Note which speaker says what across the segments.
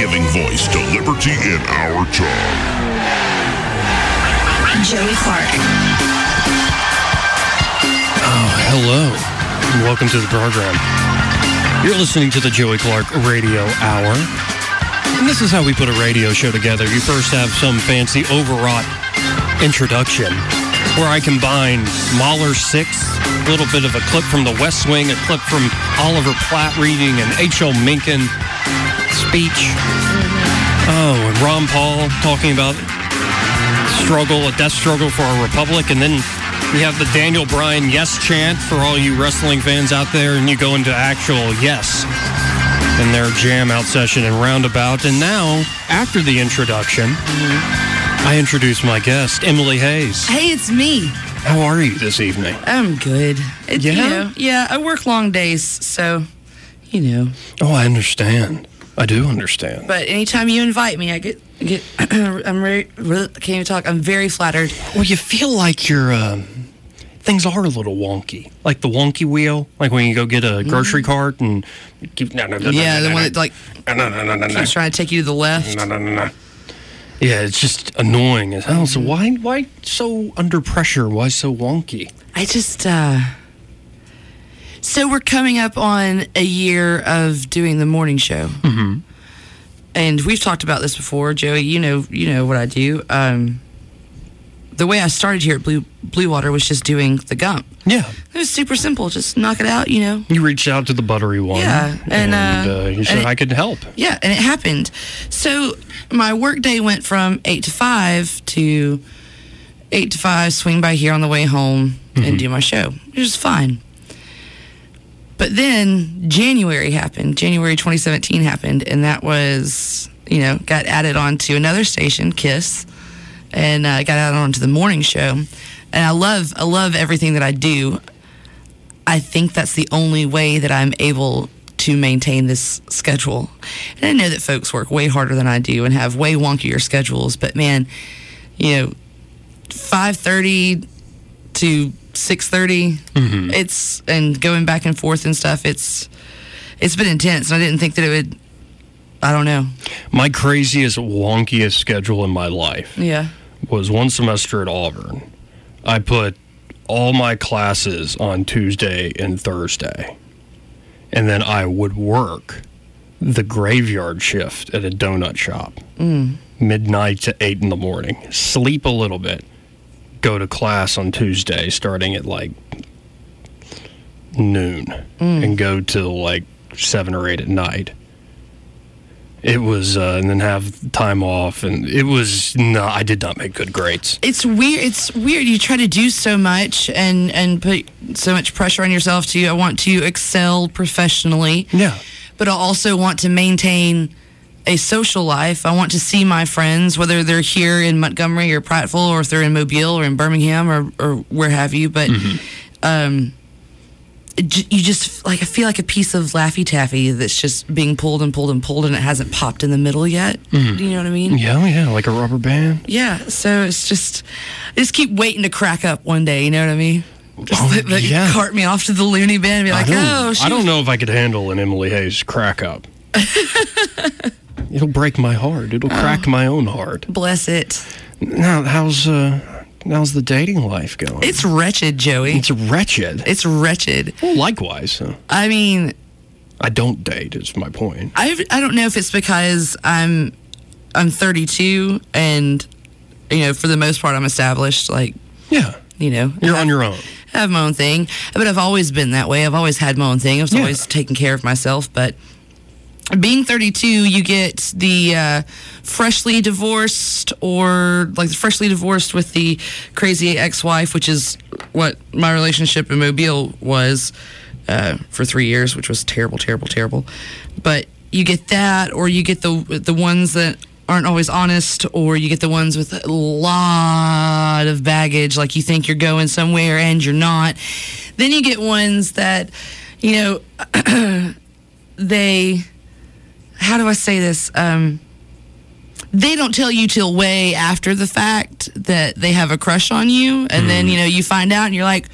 Speaker 1: Giving voice to liberty in our time.
Speaker 2: Joey Clark.
Speaker 3: Oh, hello. And welcome to the program. You're listening to the Joey Clark Radio Hour. And this is how we put a radio show together. You first have some fancy overwrought introduction where I combine Mahler 6, a little bit of a clip from The West Wing, a clip from Oliver Platt reading an H.L. Mencken speech. Oh, and Ron Paul talking about struggle, a death struggle for our republic, and then we have the Daniel Bryan yes chant for all you wrestling fans out there, and you go into actual yes in their jam out session and roundabout. And now, after the introduction, I introduce my guest, Emily Hayes.
Speaker 4: Hey, it's me.
Speaker 3: How are you this evening?
Speaker 4: I'm good. It,
Speaker 3: yeah.
Speaker 4: You know, yeah, I work long days, so, you know.
Speaker 3: Oh, I understand. I do understand.
Speaker 4: But anytime you invite me, I get Get, I'm very, can't even talk. I'm very flattered.
Speaker 3: Well, you feel like you're, uh, things are a little wonky. Like the wonky wheel, like when you go get a grocery mm-hmm. cart and keep,
Speaker 4: no, no, no, yeah, the one that like keeps trying to take you to the left.
Speaker 3: Yeah, it's just annoying as hell. So why,
Speaker 4: Mm-hmm.
Speaker 3: why so under pressure? Why so wonky?
Speaker 4: I just, uh, so we're coming up on a year of doing the morning show.
Speaker 3: Mm-hmm
Speaker 4: and we've talked about this before, Joey. You know, you know what I do. Um, the way I started here at Blue Blue Water was just doing the gump.
Speaker 3: Yeah,
Speaker 4: it was super simple. Just knock it out, you know.
Speaker 3: You reached out to the buttery one.
Speaker 4: Yeah, and, and uh, uh,
Speaker 3: you said
Speaker 4: and it,
Speaker 3: I could help.
Speaker 4: Yeah, and it happened. So my workday went from eight to five to eight to five. Swing by here on the way home mm-hmm. and do my show. It was fine. But then January happened. January 2017 happened, and that was you know got added on to another station, Kiss, and uh, got added on to the morning show. And I love I love everything that I do. I think that's the only way that I'm able to maintain this schedule. And I know that folks work way harder than I do and have way wonkier schedules, but man, you know, 5:30 to six
Speaker 3: mm-hmm.
Speaker 4: It's and going back and forth and stuff. It's it's been intense, and I didn't think that it would. I don't know.
Speaker 3: My craziest, wonkiest schedule in my life.
Speaker 4: Yeah.
Speaker 3: Was one semester at Auburn. I put all my classes on Tuesday and Thursday, and then I would work the graveyard shift at a donut shop,
Speaker 4: mm.
Speaker 3: midnight to eight in the morning. Sleep a little bit go to class on Tuesday starting at like noon
Speaker 4: mm.
Speaker 3: and go till like seven or eight at night. It was, uh, and then have time off, and it was no. I did not make good grades.
Speaker 4: It's weird. It's weird. You try to do so much and and put so much pressure on yourself to. I want to excel professionally.
Speaker 3: Yeah.
Speaker 4: But I also want to maintain a social life. I want to see my friends, whether they're here in Montgomery or Prattville, or if they're in Mobile or in Birmingham or, or where have you. But
Speaker 3: mm-hmm.
Speaker 4: um, you just like I feel like a piece of laffy taffy that's just being pulled and pulled and pulled, and it hasn't popped in the middle yet.
Speaker 3: Mm-hmm.
Speaker 4: You know what I mean?
Speaker 3: Yeah, yeah, like a rubber band.
Speaker 4: Yeah. So it's just I just keep waiting to crack up one day. You know what I mean? Just oh, like, like
Speaker 3: yeah.
Speaker 4: cart me off to the loony bin and be like,
Speaker 3: I
Speaker 4: oh, shoot.
Speaker 3: I don't know if I could handle an Emily Hayes crack up. It'll break my heart. It'll oh, crack my own heart.
Speaker 4: Bless it.
Speaker 3: Now, how's uh, how's the dating life going?
Speaker 4: It's wretched, Joey.
Speaker 3: It's wretched.
Speaker 4: It's wretched.
Speaker 3: Well, likewise. Huh?
Speaker 4: I mean,
Speaker 3: I don't date. Is my point.
Speaker 4: I I don't know if it's because I'm I'm 32 and you know for the most part I'm established. Like
Speaker 3: yeah,
Speaker 4: you know
Speaker 3: you're I, on your own.
Speaker 4: I have my own thing, but I've always been that way. I've always had my own thing. I was
Speaker 3: yeah.
Speaker 4: always taking care of myself, but being 32, you get the uh, freshly divorced or like the freshly divorced with the crazy ex wife, which is what my relationship in Mobile was uh, for three years, which was terrible, terrible, terrible. But you get that, or you get the the ones that aren't always honest, or you get the ones with a lot of baggage, like you think you're going somewhere and you're not. Then you get ones that, you know, they. How do I say this? Um, they don't tell you till way after the fact that they have a crush on you, and
Speaker 3: Mm.
Speaker 4: then you know you find out, and you're like,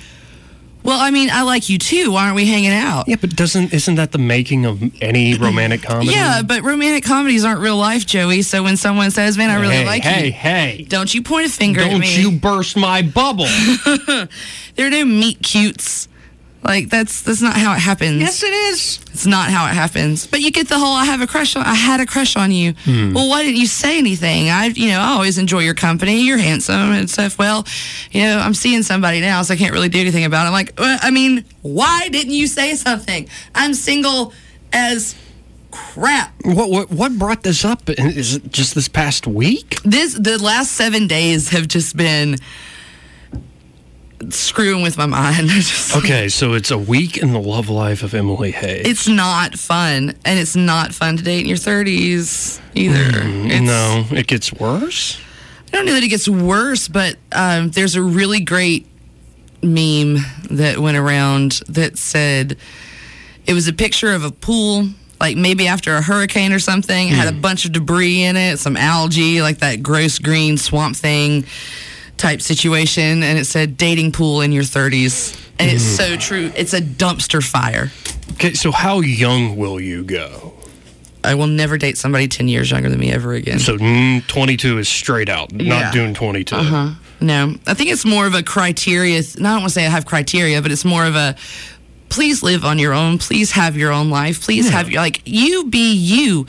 Speaker 4: "Well, I mean, I like you too. Why aren't we hanging out?"
Speaker 3: Yeah, but doesn't isn't that the making of any romantic comedy?
Speaker 4: Yeah, but romantic comedies aren't real life, Joey. So when someone says, "Man, I really
Speaker 3: hey,
Speaker 4: like
Speaker 3: hey,
Speaker 4: you,"
Speaker 3: hey.
Speaker 4: don't you point a finger at
Speaker 3: Don't
Speaker 4: me.
Speaker 3: you burst my bubble.
Speaker 4: There are no meet cutes. Like that's that's not how it happens.
Speaker 3: it is.
Speaker 4: It's not how it happens. But you get the whole "I have a crush on," "I had a crush on you." Well, why didn't you say anything? I, you know, I always enjoy your company. You're handsome and stuff. Well, you know, I'm seeing somebody now, so I can't really do anything about it. I'm like, well, I mean, why didn't you say something? I'm single as crap.
Speaker 3: What what what brought this up? And Is it just this past week?
Speaker 4: this the last seven days have just been screwing with my mind. Just-
Speaker 3: Okay, so it's a week in the love life of Emily Hayes.
Speaker 4: It's not fun, and it's not fun to date in your thirties either. It's-
Speaker 3: Mm, no, it gets worse.
Speaker 4: I don't know that it gets worse, but um, there's a really great meme that went around that said it was a picture of a pool, like maybe after a hurricane or something, It had a bunch of debris in it, some algae, like that gross green swamp thing type situation, and it said dating pool in your 30s. And it's so true. It's a dumpster fire.
Speaker 3: Okay, so how young will you go?
Speaker 4: I will never date somebody 10 years younger than me ever again.
Speaker 3: So mm, 22 is straight out,
Speaker 4: Yeah.
Speaker 3: not doing 22. Uh-huh.
Speaker 4: No, I think it's more of a criteria. th- no, I don't want to say I have criteria, but it's more of a please live on your own. Please have your own life. Please have your like you be you.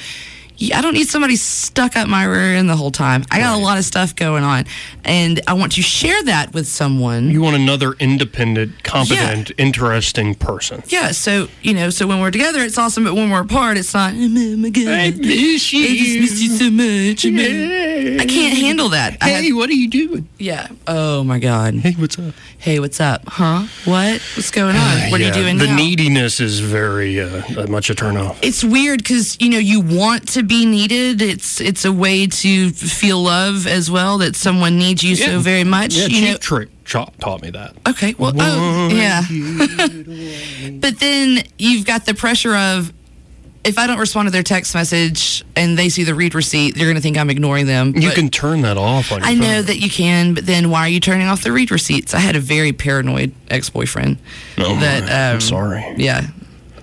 Speaker 4: Y- I don't need somebody stuck up my rear end the whole time. I got a lot of stuff going on, and I want to share that with someone.
Speaker 3: You want another independent, competent, interesting person.
Speaker 4: yeah, so you know, so when we're together, it's awesome, but when we're apart, it's not. Oh my god,
Speaker 3: miss
Speaker 4: I just miss you so much. I can't handle that. I have-
Speaker 3: what are you doing?
Speaker 4: yeah. Oh my god.
Speaker 3: Hey, what's up? Uh,
Speaker 4: hey, what's up? Huh? What? What's going on? What
Speaker 3: Yeah,
Speaker 4: are you doing
Speaker 3: The
Speaker 4: now?
Speaker 3: neediness is very uh, much a turnoff.
Speaker 4: it's weird because you know you want to be needed. It's it's a way to feel love as well that someone needs you so very much.
Speaker 3: Yeah,
Speaker 4: you
Speaker 3: Cheap
Speaker 4: know.
Speaker 3: Trick cho- taught me that.
Speaker 4: Okay. Well. Oh, yeah. but then you've got the pressure of. If I don't respond to their text message and they see the read receipt, they're going to think I'm ignoring them.
Speaker 3: You
Speaker 4: but-
Speaker 3: can turn that off on your
Speaker 4: I know
Speaker 3: phone.
Speaker 4: that you can, but then why are you turning off the read receipts? I had a very paranoid ex-boyfriend.
Speaker 3: Oh,
Speaker 4: that
Speaker 3: my.
Speaker 4: um,
Speaker 3: I'm sorry.
Speaker 4: Yeah,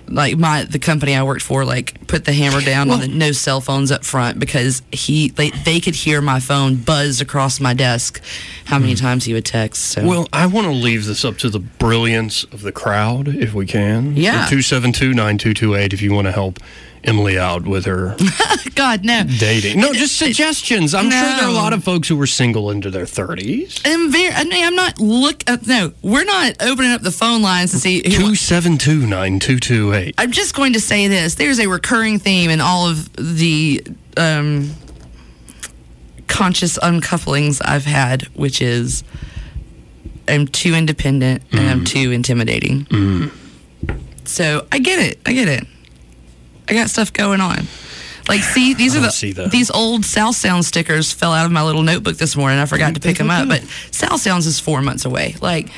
Speaker 4: like my the company I worked for, like put the hammer down on the no cell phones up front because he they, they could hear my phone buzz across my desk. How
Speaker 3: Hmm.
Speaker 4: many times he would text? So.
Speaker 3: Well, I want to leave this up to the brilliance of the crowd if we can.
Speaker 4: Yeah.
Speaker 3: 272 9228 if you want to help Emily out with her
Speaker 4: God no.
Speaker 3: dating. No, just suggestions. I'm sure there are a
Speaker 4: No.
Speaker 3: lot of folks who are single into their 30s.
Speaker 4: I'm very. I mean, I'm not look. Uh, no, we're not opening up the phone lines to see who
Speaker 3: 272 9228.
Speaker 4: I'm just going to say this: there's a recurring theme in all of the um, conscious uncouplings I've had, which is I'm too independent and
Speaker 3: Mm.
Speaker 4: I'm too intimidating. So I get it. I get it. I got stuff going on. Like, see, these are
Speaker 3: don't
Speaker 4: the
Speaker 3: see that.
Speaker 4: these old South Sound stickers fell out of my little notebook this morning. I forgot to pick them up, but South Sounds is four months away. Like,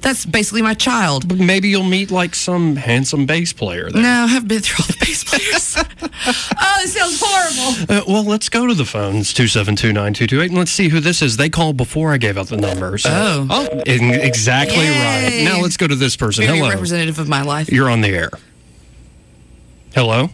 Speaker 4: that's basically my child.
Speaker 3: Maybe you'll meet like some handsome bass player there.
Speaker 4: No, I have been through all the bass players. oh, this sounds horrible.
Speaker 3: Uh, well, let's go to the phones 272 9228 and let's see who this is. They called before I gave out the number. So.
Speaker 4: Oh.
Speaker 3: in- exactly right.
Speaker 4: Yay.
Speaker 3: Now let's go to this person.
Speaker 4: Very
Speaker 3: Hello.
Speaker 4: representative of my life.
Speaker 3: You're on the air. Hello?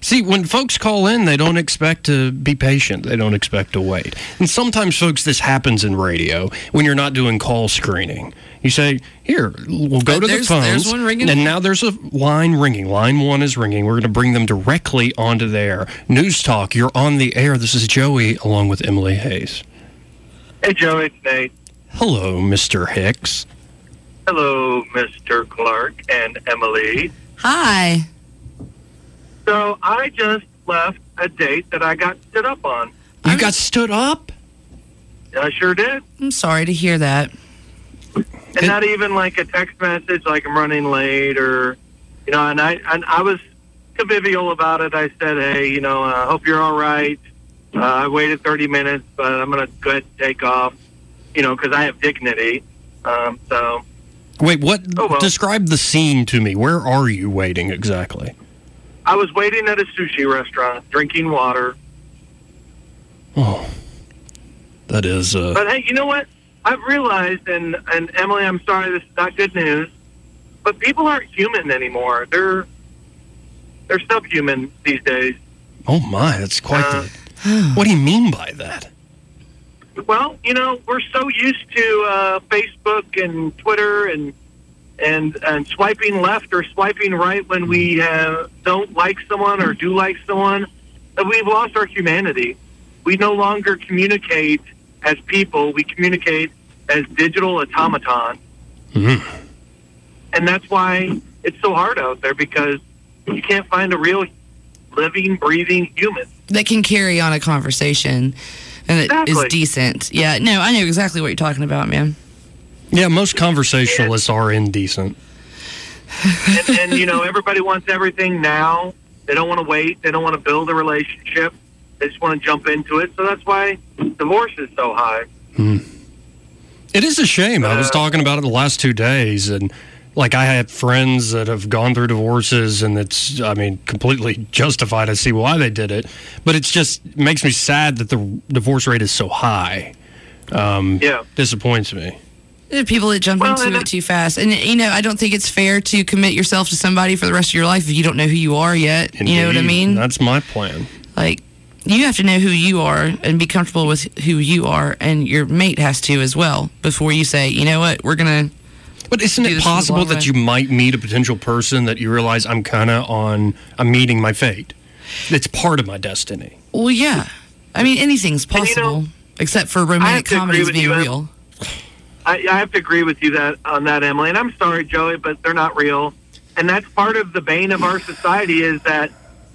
Speaker 3: See, when folks call in, they don't expect to be patient. They don't expect to wait. And sometimes, folks, this happens in radio when you're not doing call screening. You say, "Here, we'll go to
Speaker 4: Uh,
Speaker 3: the
Speaker 4: there's-
Speaker 3: phones."
Speaker 4: there's one ringing.
Speaker 3: And now there's a line ringing. Line one is ringing. We're going to bring them directly onto the air. News Talk, you're on the air. This is Joey along with Emily Hayes.
Speaker 5: Hey, Joe, it's Nate.
Speaker 3: Hello, Mr. Hicks.
Speaker 5: Hello, Mr. Clark and Emily.
Speaker 4: Hi.
Speaker 5: So I just left a date that I got stood up on.
Speaker 3: You got stood up.
Speaker 5: I sure did.
Speaker 4: I'm sorry to hear that.
Speaker 5: And not even like a text message, like I'm running late or, you know, and I, and I was
Speaker 6: convivial about it. I said, "Hey, you know, I hope you're all right. Uh, I waited 30 minutes, but I'm going to go ahead and take off, you know, because I have dignity." Um, so
Speaker 3: Wait, what?
Speaker 6: Oh, well.
Speaker 3: Describe the scene to me. Where are you waiting exactly?
Speaker 6: I was waiting at a sushi restaurant, drinking water.
Speaker 3: Oh, that is. Uh,
Speaker 6: But hey, you know what? I've realized, and and Emily, I'm sorry, this is not good news, but people aren't human anymore. They're they're subhuman these days.
Speaker 3: oh my, that's quite.
Speaker 6: Uh,
Speaker 3: the, what do you mean by that?
Speaker 6: Well, you know, we're so used to uh, Facebook and Twitter and and and swiping left or swiping right when we uh, don't like someone or do like someone that we've lost our humanity. We no longer communicate as people. We communicate as digital automatons,
Speaker 3: Mhm.
Speaker 6: and that's why it's so hard out there because you can't find a real living, breathing human.
Speaker 4: that can carry on a conversation and it is
Speaker 6: Exactly.
Speaker 4: decent. Yeah, no, I know exactly what you're talking about, man.
Speaker 3: Yeah, most conversationalists are indecent.
Speaker 6: and, and you know everybody wants everything now. They don't want to wait. They don't want to build a relationship. They just want to jump into it. So that's why divorce is so high.
Speaker 3: It is a shame. I
Speaker 6: Uh,
Speaker 3: was talking about it the last two days, and like I had friends that have gone through divorces, and it's I mean completely justified. I see why they did it, but it's just makes me sad that the divorce rate is so high. Um,
Speaker 6: Yeah.
Speaker 3: disappoints me.
Speaker 4: There are people that jump
Speaker 6: Well, and
Speaker 4: into
Speaker 6: I-
Speaker 4: it too fast. And, you know, I don't think it's fair to commit yourself to somebody for the rest of your life if you don't know who you are yet. You know what I
Speaker 3: Indeed.
Speaker 4: mean?
Speaker 3: That's my plan.
Speaker 4: like, you have to know who you are and be comfortable with who you are, and your mate has to as well before you say, you know what, we're going to.
Speaker 3: But isn't
Speaker 4: Do
Speaker 3: it
Speaker 4: this in the
Speaker 3: possible
Speaker 4: long
Speaker 3: that
Speaker 4: run.
Speaker 3: you might meet a potential person that you realize I'm kind of on, I'm meeting my fate? It's part of my destiny.
Speaker 4: Well, yeah. I mean, anything's
Speaker 6: you know,
Speaker 4: possible except for
Speaker 6: I have
Speaker 4: romantic
Speaker 6: to agree
Speaker 4: comedies
Speaker 6: with
Speaker 4: being
Speaker 6: you, Em.
Speaker 4: real.
Speaker 6: I, I have to agree with you that on that, Emily. And I'm sorry, Joey, but they're not real. And that's part of the bane of our society is that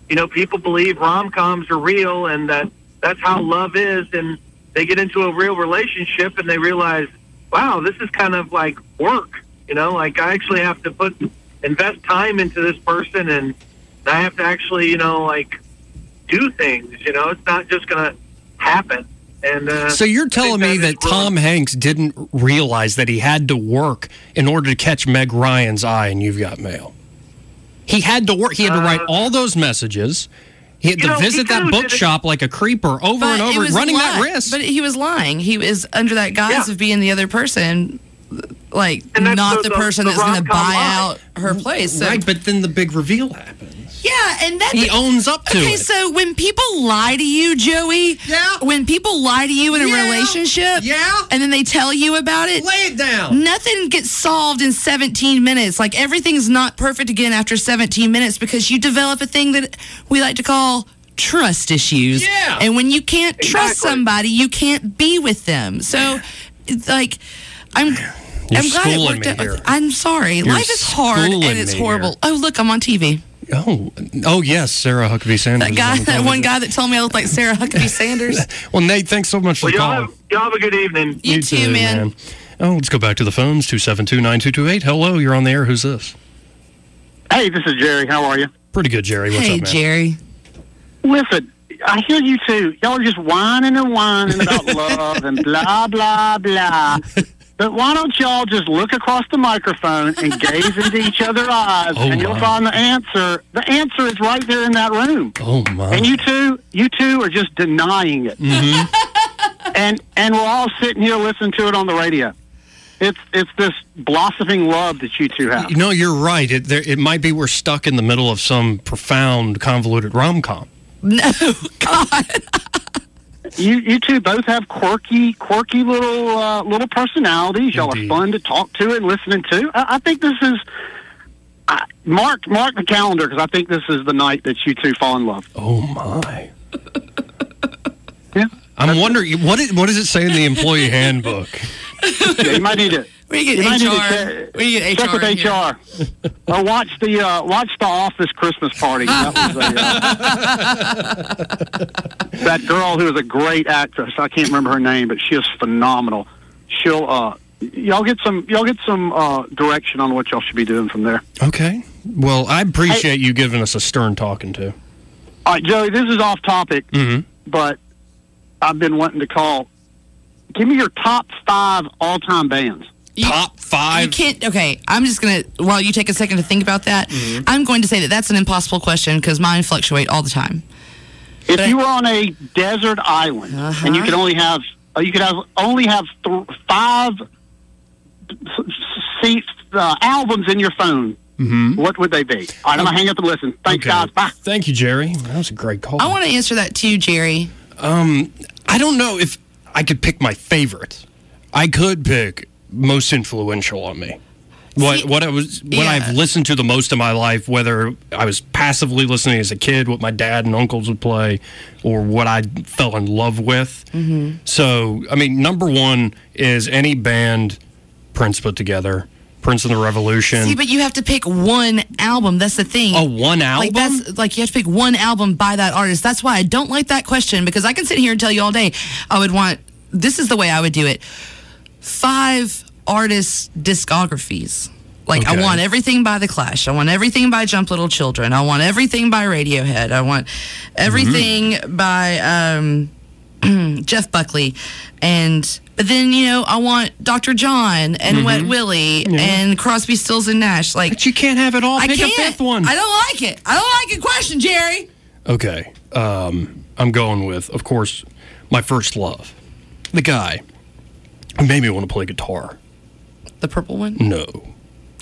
Speaker 6: you know people believe rom coms are real and that that's how love is. And they get into a real relationship and they realize, wow, this is kind of like work. You know, like I actually have to put invest time into this person, and I have to actually, you know, like do things. You know, it's not just gonna happen. And uh,
Speaker 3: So you're
Speaker 6: I think
Speaker 3: telling me that
Speaker 6: is wrong.
Speaker 3: Tom Hanks didn't realize that he had to work in order to catch Meg Ryan's eye and you've got mail. He had to work. He had to write all those messages. He had to
Speaker 6: you know, he
Speaker 3: visit that
Speaker 6: kinda did it-
Speaker 3: bookshop like a creeper over and
Speaker 4: it
Speaker 3: over,
Speaker 4: was a
Speaker 3: running that
Speaker 4: lie.
Speaker 3: risk.
Speaker 4: But he was lying. He was under that guise
Speaker 6: Yeah.
Speaker 4: of being the other person, like
Speaker 6: And that's
Speaker 4: not
Speaker 6: the-
Speaker 4: the,
Speaker 6: the-
Speaker 4: person
Speaker 6: the
Speaker 4: that's going to buy
Speaker 6: rom-com lie.
Speaker 4: out her place. So,
Speaker 3: Mm-hmm. right, but then the big reveal happens.
Speaker 4: yeah, and that
Speaker 3: He owns up to
Speaker 4: Okay,
Speaker 3: it.
Speaker 4: so when people lie to you, Joey,
Speaker 3: Yeah.
Speaker 4: when people lie to you in a
Speaker 3: Yeah.
Speaker 4: relationship,
Speaker 3: Yeah.
Speaker 4: and then they tell you about it,
Speaker 3: Lay it down.
Speaker 4: nothing gets solved in 17 minutes. Like everything's not perfect again after 17 minutes because you develop a thing that we like to call trust issues.
Speaker 3: Yeah.
Speaker 4: And when you can't trust
Speaker 6: Exactly.
Speaker 4: somebody, you can't be with them. So, it's like, I'm. I'm glad it
Speaker 3: schooling
Speaker 4: worked
Speaker 3: me
Speaker 4: out.
Speaker 3: here.
Speaker 4: I'm sorry. Life is hard and
Speaker 3: schooling
Speaker 4: it's
Speaker 3: me
Speaker 4: horrible. Oh, look, I'm on TV.
Speaker 3: Oh, oh yes, Sarah Huckabee Sanders.
Speaker 4: That
Speaker 3: is
Speaker 4: guy,
Speaker 3: on the
Speaker 4: that
Speaker 3: phone.
Speaker 4: one guy that told me I looked like Sarah Huckabee Sanders.
Speaker 3: Well, Nate, thanks so much for
Speaker 6: Well,
Speaker 3: the
Speaker 6: y'all
Speaker 3: call.
Speaker 6: have, y'all have a good evening.
Speaker 4: You too, man.
Speaker 3: Oh, let's go back to the phones. Two seven two nine two two eight. Hello, you're on the air. Who's this?
Speaker 7: Hey, this is Jerry. How are you?
Speaker 3: Pretty good, Jerry. What's
Speaker 4: Hey,
Speaker 3: up, man?
Speaker 4: Jerry.
Speaker 7: Listen, I hear you two. Y'all are just whining and whining about love and blah, blah, blah. But why don't y'all just look across the microphone and gaze into each other's eyes
Speaker 3: Oh,
Speaker 7: and you'll
Speaker 3: my.
Speaker 7: find the answer. The answer is right there in that room.
Speaker 3: Oh my.
Speaker 7: And you two, you two are just denying it. and and we're all sitting here listening to it on the radio. It's it's this blossoming love that you two have.
Speaker 3: no, you're right. It there, it might be we're stuck in the middle of some profound, convoluted rom com.
Speaker 7: you you two both have quirky quirky little uh, little personalities. Y'all
Speaker 3: Indeed.
Speaker 7: are fun to talk to and listening to. I, I think this is I mark mark the calendar because I think this is the night that you two fall in love.
Speaker 3: Oh my.
Speaker 7: Yeah,
Speaker 3: I'm wondering what it, what does it say in the employee handbook?
Speaker 7: yeah you might need to
Speaker 4: We get
Speaker 7: you might need
Speaker 4: HR.
Speaker 7: to check,
Speaker 4: We get HR.
Speaker 7: check with
Speaker 4: in here.
Speaker 7: HR or watch the uh, watch the Office Christmas party. That, was a, uh, that girl who is a great actress. I can't remember her name, but she is phenomenal. She'll uh, y'all get some y'all get some uh, direction on what y'all should be doing from there.
Speaker 3: Okay, Well, I appreciate you giving us a stern talking to.
Speaker 2: All right, Joey, this is off topic,
Speaker 3: Mm-hmm.
Speaker 2: but I've been wanting to call. Give me your top five all time bands.
Speaker 3: Top five.
Speaker 4: You can't. Okay, I'm just gonna. While you take a second to think about that, I'm going to say that that's an impossible question because mine fluctuate all the time.
Speaker 2: If you were on a desert island and you could only have uh, you could have only have th- five seats uh, albums in your phone,
Speaker 3: Mm-hmm.
Speaker 2: what would they be? All right, I'm gonna hang up and listen. Thanks, guys. Bye.
Speaker 3: Thank you, Jerry. That was a great call.
Speaker 4: I want to answer that to you, Jerry.
Speaker 3: Um, I don't know if I could pick my favorite. I could pick most influential on me. What what I was what
Speaker 4: yeah.
Speaker 3: I've listened to the most in my life, whether I was passively listening as a kid, what my dad and uncles would play, or what I fell in love with.
Speaker 4: Mm-hmm.
Speaker 3: So, I mean, number one is any band Prince put together, Prince and the Revolution.
Speaker 4: See, but you have to pick one album. That's the thing.
Speaker 3: Oh, one
Speaker 4: Like that's like you have to pick one album by that artist. That's why I don't like that question because I can sit here and tell you all day I would want this is the way I would do it. Five artists discographies. Like
Speaker 8: Okay.
Speaker 4: I want everything by The Clash. I want everything by Jump Little Children. I want everything by Radiohead. I want everything by um, Jeff Buckley. And but then you know I want Dr. John and Wet
Speaker 3: Mhm.
Speaker 4: Willie
Speaker 3: Yeah.
Speaker 4: and Crosby, Stills and Nash. Like
Speaker 3: you can't have it all.
Speaker 4: I
Speaker 3: Pick a
Speaker 4: can't.
Speaker 3: fifth one.
Speaker 4: I don't like it. I don't like it. Question, Jerry.
Speaker 3: Okay. Um, I'm going with, of course, my first love. The guy who made me want to play guitar.
Speaker 4: The purple one?
Speaker 3: No,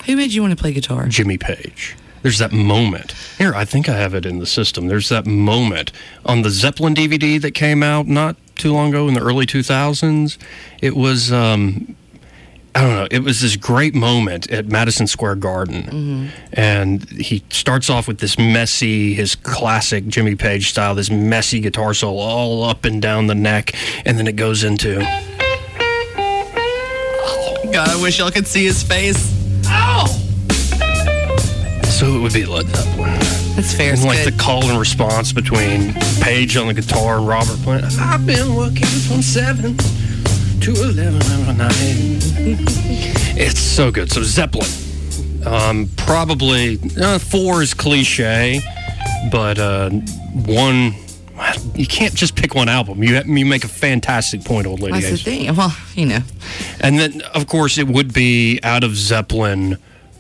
Speaker 4: Who made you want to play guitar?
Speaker 3: Jimmy Page. There's that moment. Here, I think I have it in the system. There's that moment on the Zeppelin DVD that came out not too long ago in the early 2000s. It was, um, I don't know, it was this great moment at Madison Square Garden. and he starts off with this messy, his classic Jimmy Page style, this messy guitar solo all up and down the neck, and then it goes into.
Speaker 4: God, I wish y'all could see his face. Oh,
Speaker 3: So it would be like that one.
Speaker 4: That's fair.
Speaker 3: And like the call and response between Page on the guitar and Robert playing. I've been working from seven to eleven every night. It's so good. So Zeppelin, um, probably uh, four is cliche, but uh, one. You can't just pick one album. You you make a fantastic point, old lady.
Speaker 4: that's the
Speaker 3: Ace.
Speaker 4: thing. Well, you know,
Speaker 3: And then, of course, it would be out of Zeppelin.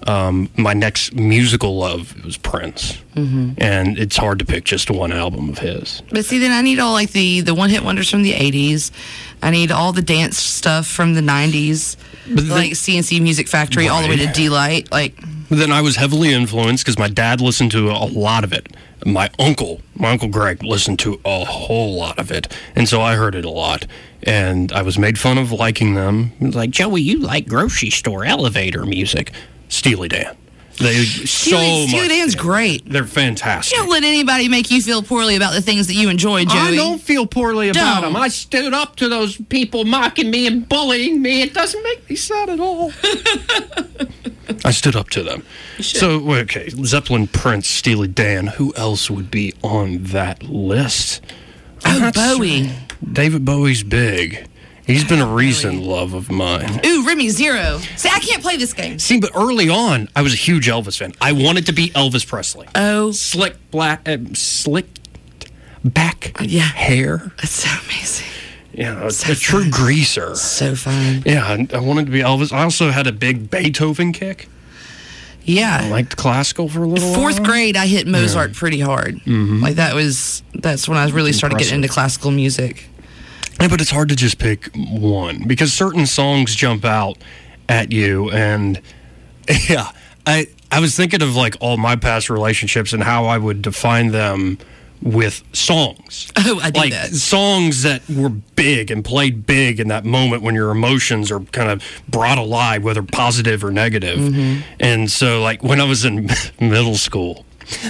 Speaker 3: Um, my next musical love was Prince,
Speaker 4: Mhm.
Speaker 3: and it's hard to pick just one album of his.
Speaker 4: but see, then I need all like the the one hit wonders from the '80s. I need all the dance stuff from the '90s, like CNC Music Factory, all the way to
Speaker 3: Right.
Speaker 4: D Light. Like,
Speaker 3: But then I was heavily influenced because my dad listened to a lot of it. My uncle, my uncle Greg, listened to a whole lot of it, and so I heard it a lot. And I was made fun of liking them. It was like Joey, you like grocery store elevator music, Steely Dan. They so
Speaker 4: Steely, Steely
Speaker 3: much.
Speaker 4: Dan's great.
Speaker 3: They're fantastic.
Speaker 4: You don't let anybody make you feel poorly about the things that you enjoy, Joey.
Speaker 3: I don't feel poorly about
Speaker 4: Don't.
Speaker 3: them. I stood up to those people mocking me and bullying me. It doesn't make me sad at all. I stood up to them. So, okay, Zeppelin, Prince, Steely Dan. Who else would be on that list? I'm not
Speaker 4: Bowie.
Speaker 3: certain. David Bowie's big. He's been a recent love of mine.
Speaker 4: Ooh, Remy Zero. See, I can't play this game.
Speaker 3: See, but early on, I was a huge Elvis fan. I wanted to be Elvis Presley.
Speaker 4: Oh,
Speaker 3: slick black, uh, slick back
Speaker 4: yeah.
Speaker 3: hair.
Speaker 4: That's so amazing.
Speaker 3: Yeah, a, a true greaser.
Speaker 4: So fun.
Speaker 3: Yeah, and I wanted to be Elvis. I also had a big Beethoven kick.
Speaker 4: Yeah.
Speaker 3: I liked classical for a little
Speaker 4: Fourth grade, I hit Mozart pretty hard.
Speaker 3: Mhm.
Speaker 4: Like that was that's when I really started getting
Speaker 3: Impressive.
Speaker 4: into classical music.
Speaker 3: Yeah, but it's hard to just pick one because certain songs jump out at you, and yeah, I I was thinking of like all my past relationships and how I would define them with songs.
Speaker 4: Oh, I did
Speaker 3: like
Speaker 4: that.
Speaker 3: songs that were big and played big in that moment when your emotions are kind of brought alive, whether positive or negative.
Speaker 4: Mm-hmm.
Speaker 3: And so, like, when I was in middle school,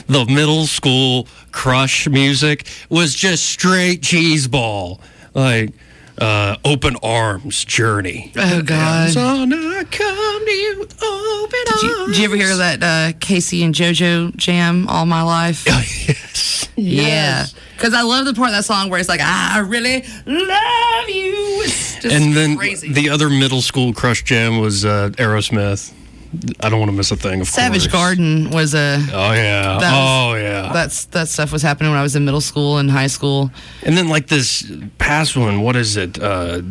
Speaker 3: the middle school crush music was just straight cheese ball. Like, uh, open arms journey.
Speaker 4: Oh God!
Speaker 3: I come to you with open
Speaker 4: Did you, did you ever hear that uh, Casey and JoJo jam all my life?
Speaker 3: yes.
Speaker 4: Yeah. Because I love the part of that song where it's like, I really love you. It's just
Speaker 3: and then
Speaker 4: crazy.
Speaker 3: the other middle school crush jam was uh, Aerosmith. I don't want to miss a thing. Of course.
Speaker 4: Savage Garden was a.
Speaker 3: Oh yeah.
Speaker 4: that was-
Speaker 3: oh yeah.
Speaker 4: That's that stuff was happening when I was in middle school and high school.
Speaker 3: And then like this past one, what is it? Uh,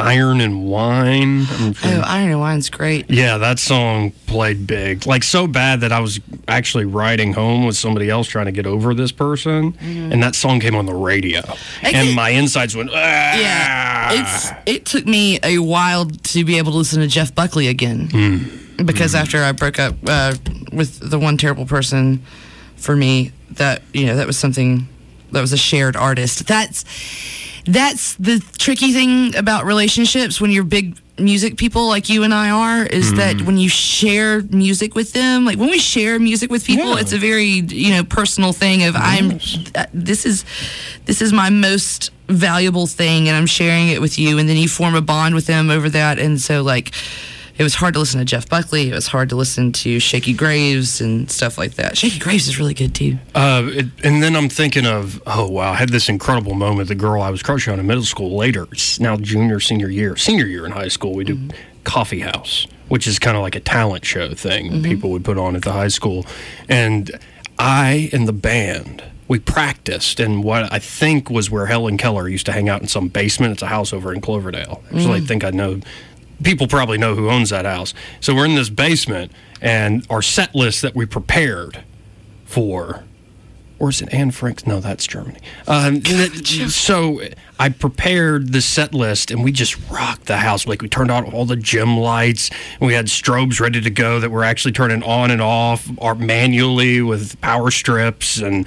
Speaker 3: Iron and Wine. I'm
Speaker 4: Oh, Iron and Wine's great.
Speaker 3: Yeah, that song played big. Like so bad that I was actually riding home with somebody else trying to get over this person,
Speaker 4: Mm-hmm.
Speaker 3: and that song came on the radio, and my insides went. "Ah."
Speaker 4: Yeah, it's it took me a while to be able to listen to Jeff Buckley again because after I broke up uh, with the one terrible person for me, that you know that was something that was a shared artist. That's that's the tricky thing about relationships when you're big music people like you and I are is that when you share music with them like when we share music with people it's a very you know personal thing of I'm uh, this is this is my most valuable thing and I'm sharing it with you and then you form a bond with them over that and so like it was hard to listen to Jeff Buckley it was hard to listen to Shaky Graves and stuff like that Shaky Graves is really good too
Speaker 3: Uh, it, and then I'm thinking of, oh wow, I had this incredible moment. The girl I was crushing on in middle school, later, s- now junior, senior year, senior year in high school, we do coffee house, which is kind of like a talent show thing that people would put on at the high school. And I and the band, we practiced in what I think was where Helen Keller used to hang out in some basement. It's a house over in Cloverdale. Actually, I think I know people probably know who owns that house. So we're in this basement, and our set list that we prepared for, or is it Anne Frank's? No, that's Germany. Um, th- so I prepared the set list, and we just rocked the house. Like we turned on all the gym lights, and we had strobes ready to go that were actually turning on and off or manually with power strips and,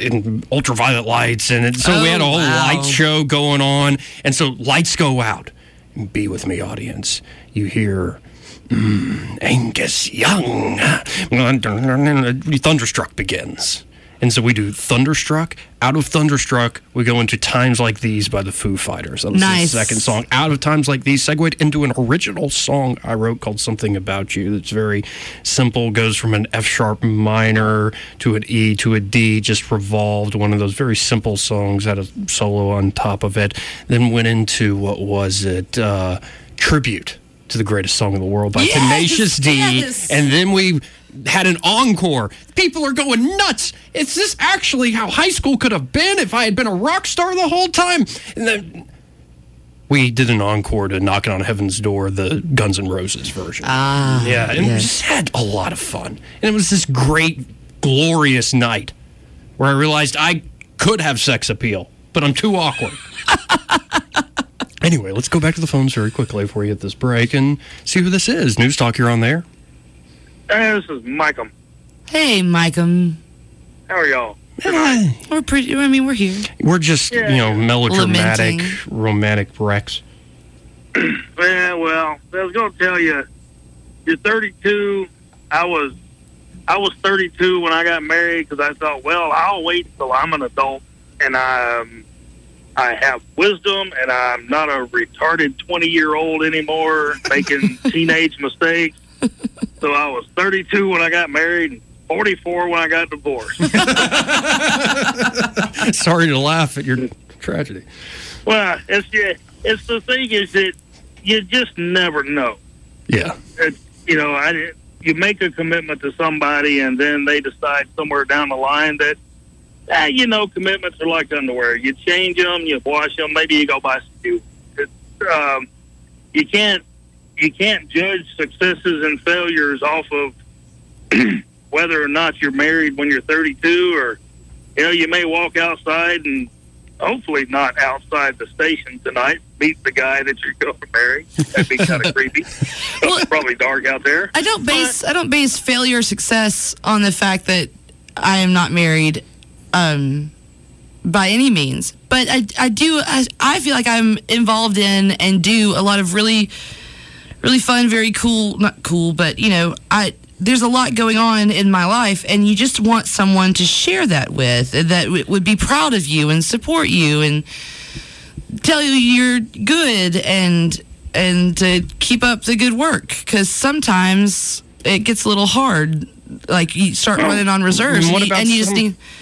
Speaker 3: and ultraviolet lights, and it, so we had a whole
Speaker 4: Oh, wow.
Speaker 3: light show going on, and so lights go out. Be with me, audience. You hear. Angus Young. Thunderstruck begins. And so we do Thunderstruck. Out of Thunderstruck, we go into Times Like These by the Foo Fighters. That was
Speaker 4: Nice.
Speaker 3: the second song. Out of Times Like These segued into an original song I wrote called Something About You. That's very simple, goes from an F sharp minor to an E to a D, just revolved. One of those very simple songs, had a solo on top of it. Then went into what was it? Uh, tribute to the greatest song in the world by
Speaker 4: Yes,
Speaker 3: Tenacious D,
Speaker 4: yes.
Speaker 3: and then we had an encore. People are going nuts. Is this actually how high school could have been if I had been a rock star the whole time? And then we did an encore to "Knocking on Heaven's Door," the Guns N' Roses version. Ah, yeah, and we just had a lot of fun, and it was this great, glorious night where I realized I could have sex appeal, but I'm too awkward. Anyway, let's go back to the phones very quickly before we hit this break and see who this is. News Talk, you're on there.
Speaker 6: Hey, this is Michael.
Speaker 4: hey Micah
Speaker 6: How are y'all?
Speaker 4: we're pretty I mean we're here
Speaker 3: We're just, you know, melodramatic,
Speaker 4: Lamenting.
Speaker 3: romantic wrecks.
Speaker 6: Yeah, well, I was gonna tell you, you're 32. I was, I was 32 when I got married because I thought, well, I'll wait till I'm an adult and I'm, I have wisdom and I'm not a retarded 20 year old anymore making teenage mistakes. So I was 32 when I got married and 44 when I got divorced.
Speaker 3: Sorry to laugh at your tragedy.
Speaker 6: well, it's yeah, it's the thing is that you just never know.
Speaker 3: Yeah.
Speaker 6: it, you know, I, you make a commitment to somebody, and then they decide somewhere down the line that, ah, you know, commitments are like underwear. You change them, you wash them, maybe you go buy some new. It's, Um, you can't you can't judge successes and failures off of whether or not you're married when you're 32, or you know, you may walk outside and hopefully not outside the station tonight. Meet the guy that you're going to marry. That'd be kind of creepy. It's probably dark out there.
Speaker 4: I don't base I don't base failure or success on the fact that I am not married um by any means. But I I do I, I feel like I'm involved in and do a lot of really really fun, very cool, not cool, but you know, I there's a lot going on in my life and you just want someone to share that with that w- would be proud of you and support you and tell you you're good and and to keep up the good work because sometimes it gets a little hard like you start running on
Speaker 3: And
Speaker 4: reserves and,
Speaker 3: what
Speaker 4: you-
Speaker 3: about
Speaker 4: and you just
Speaker 3: some-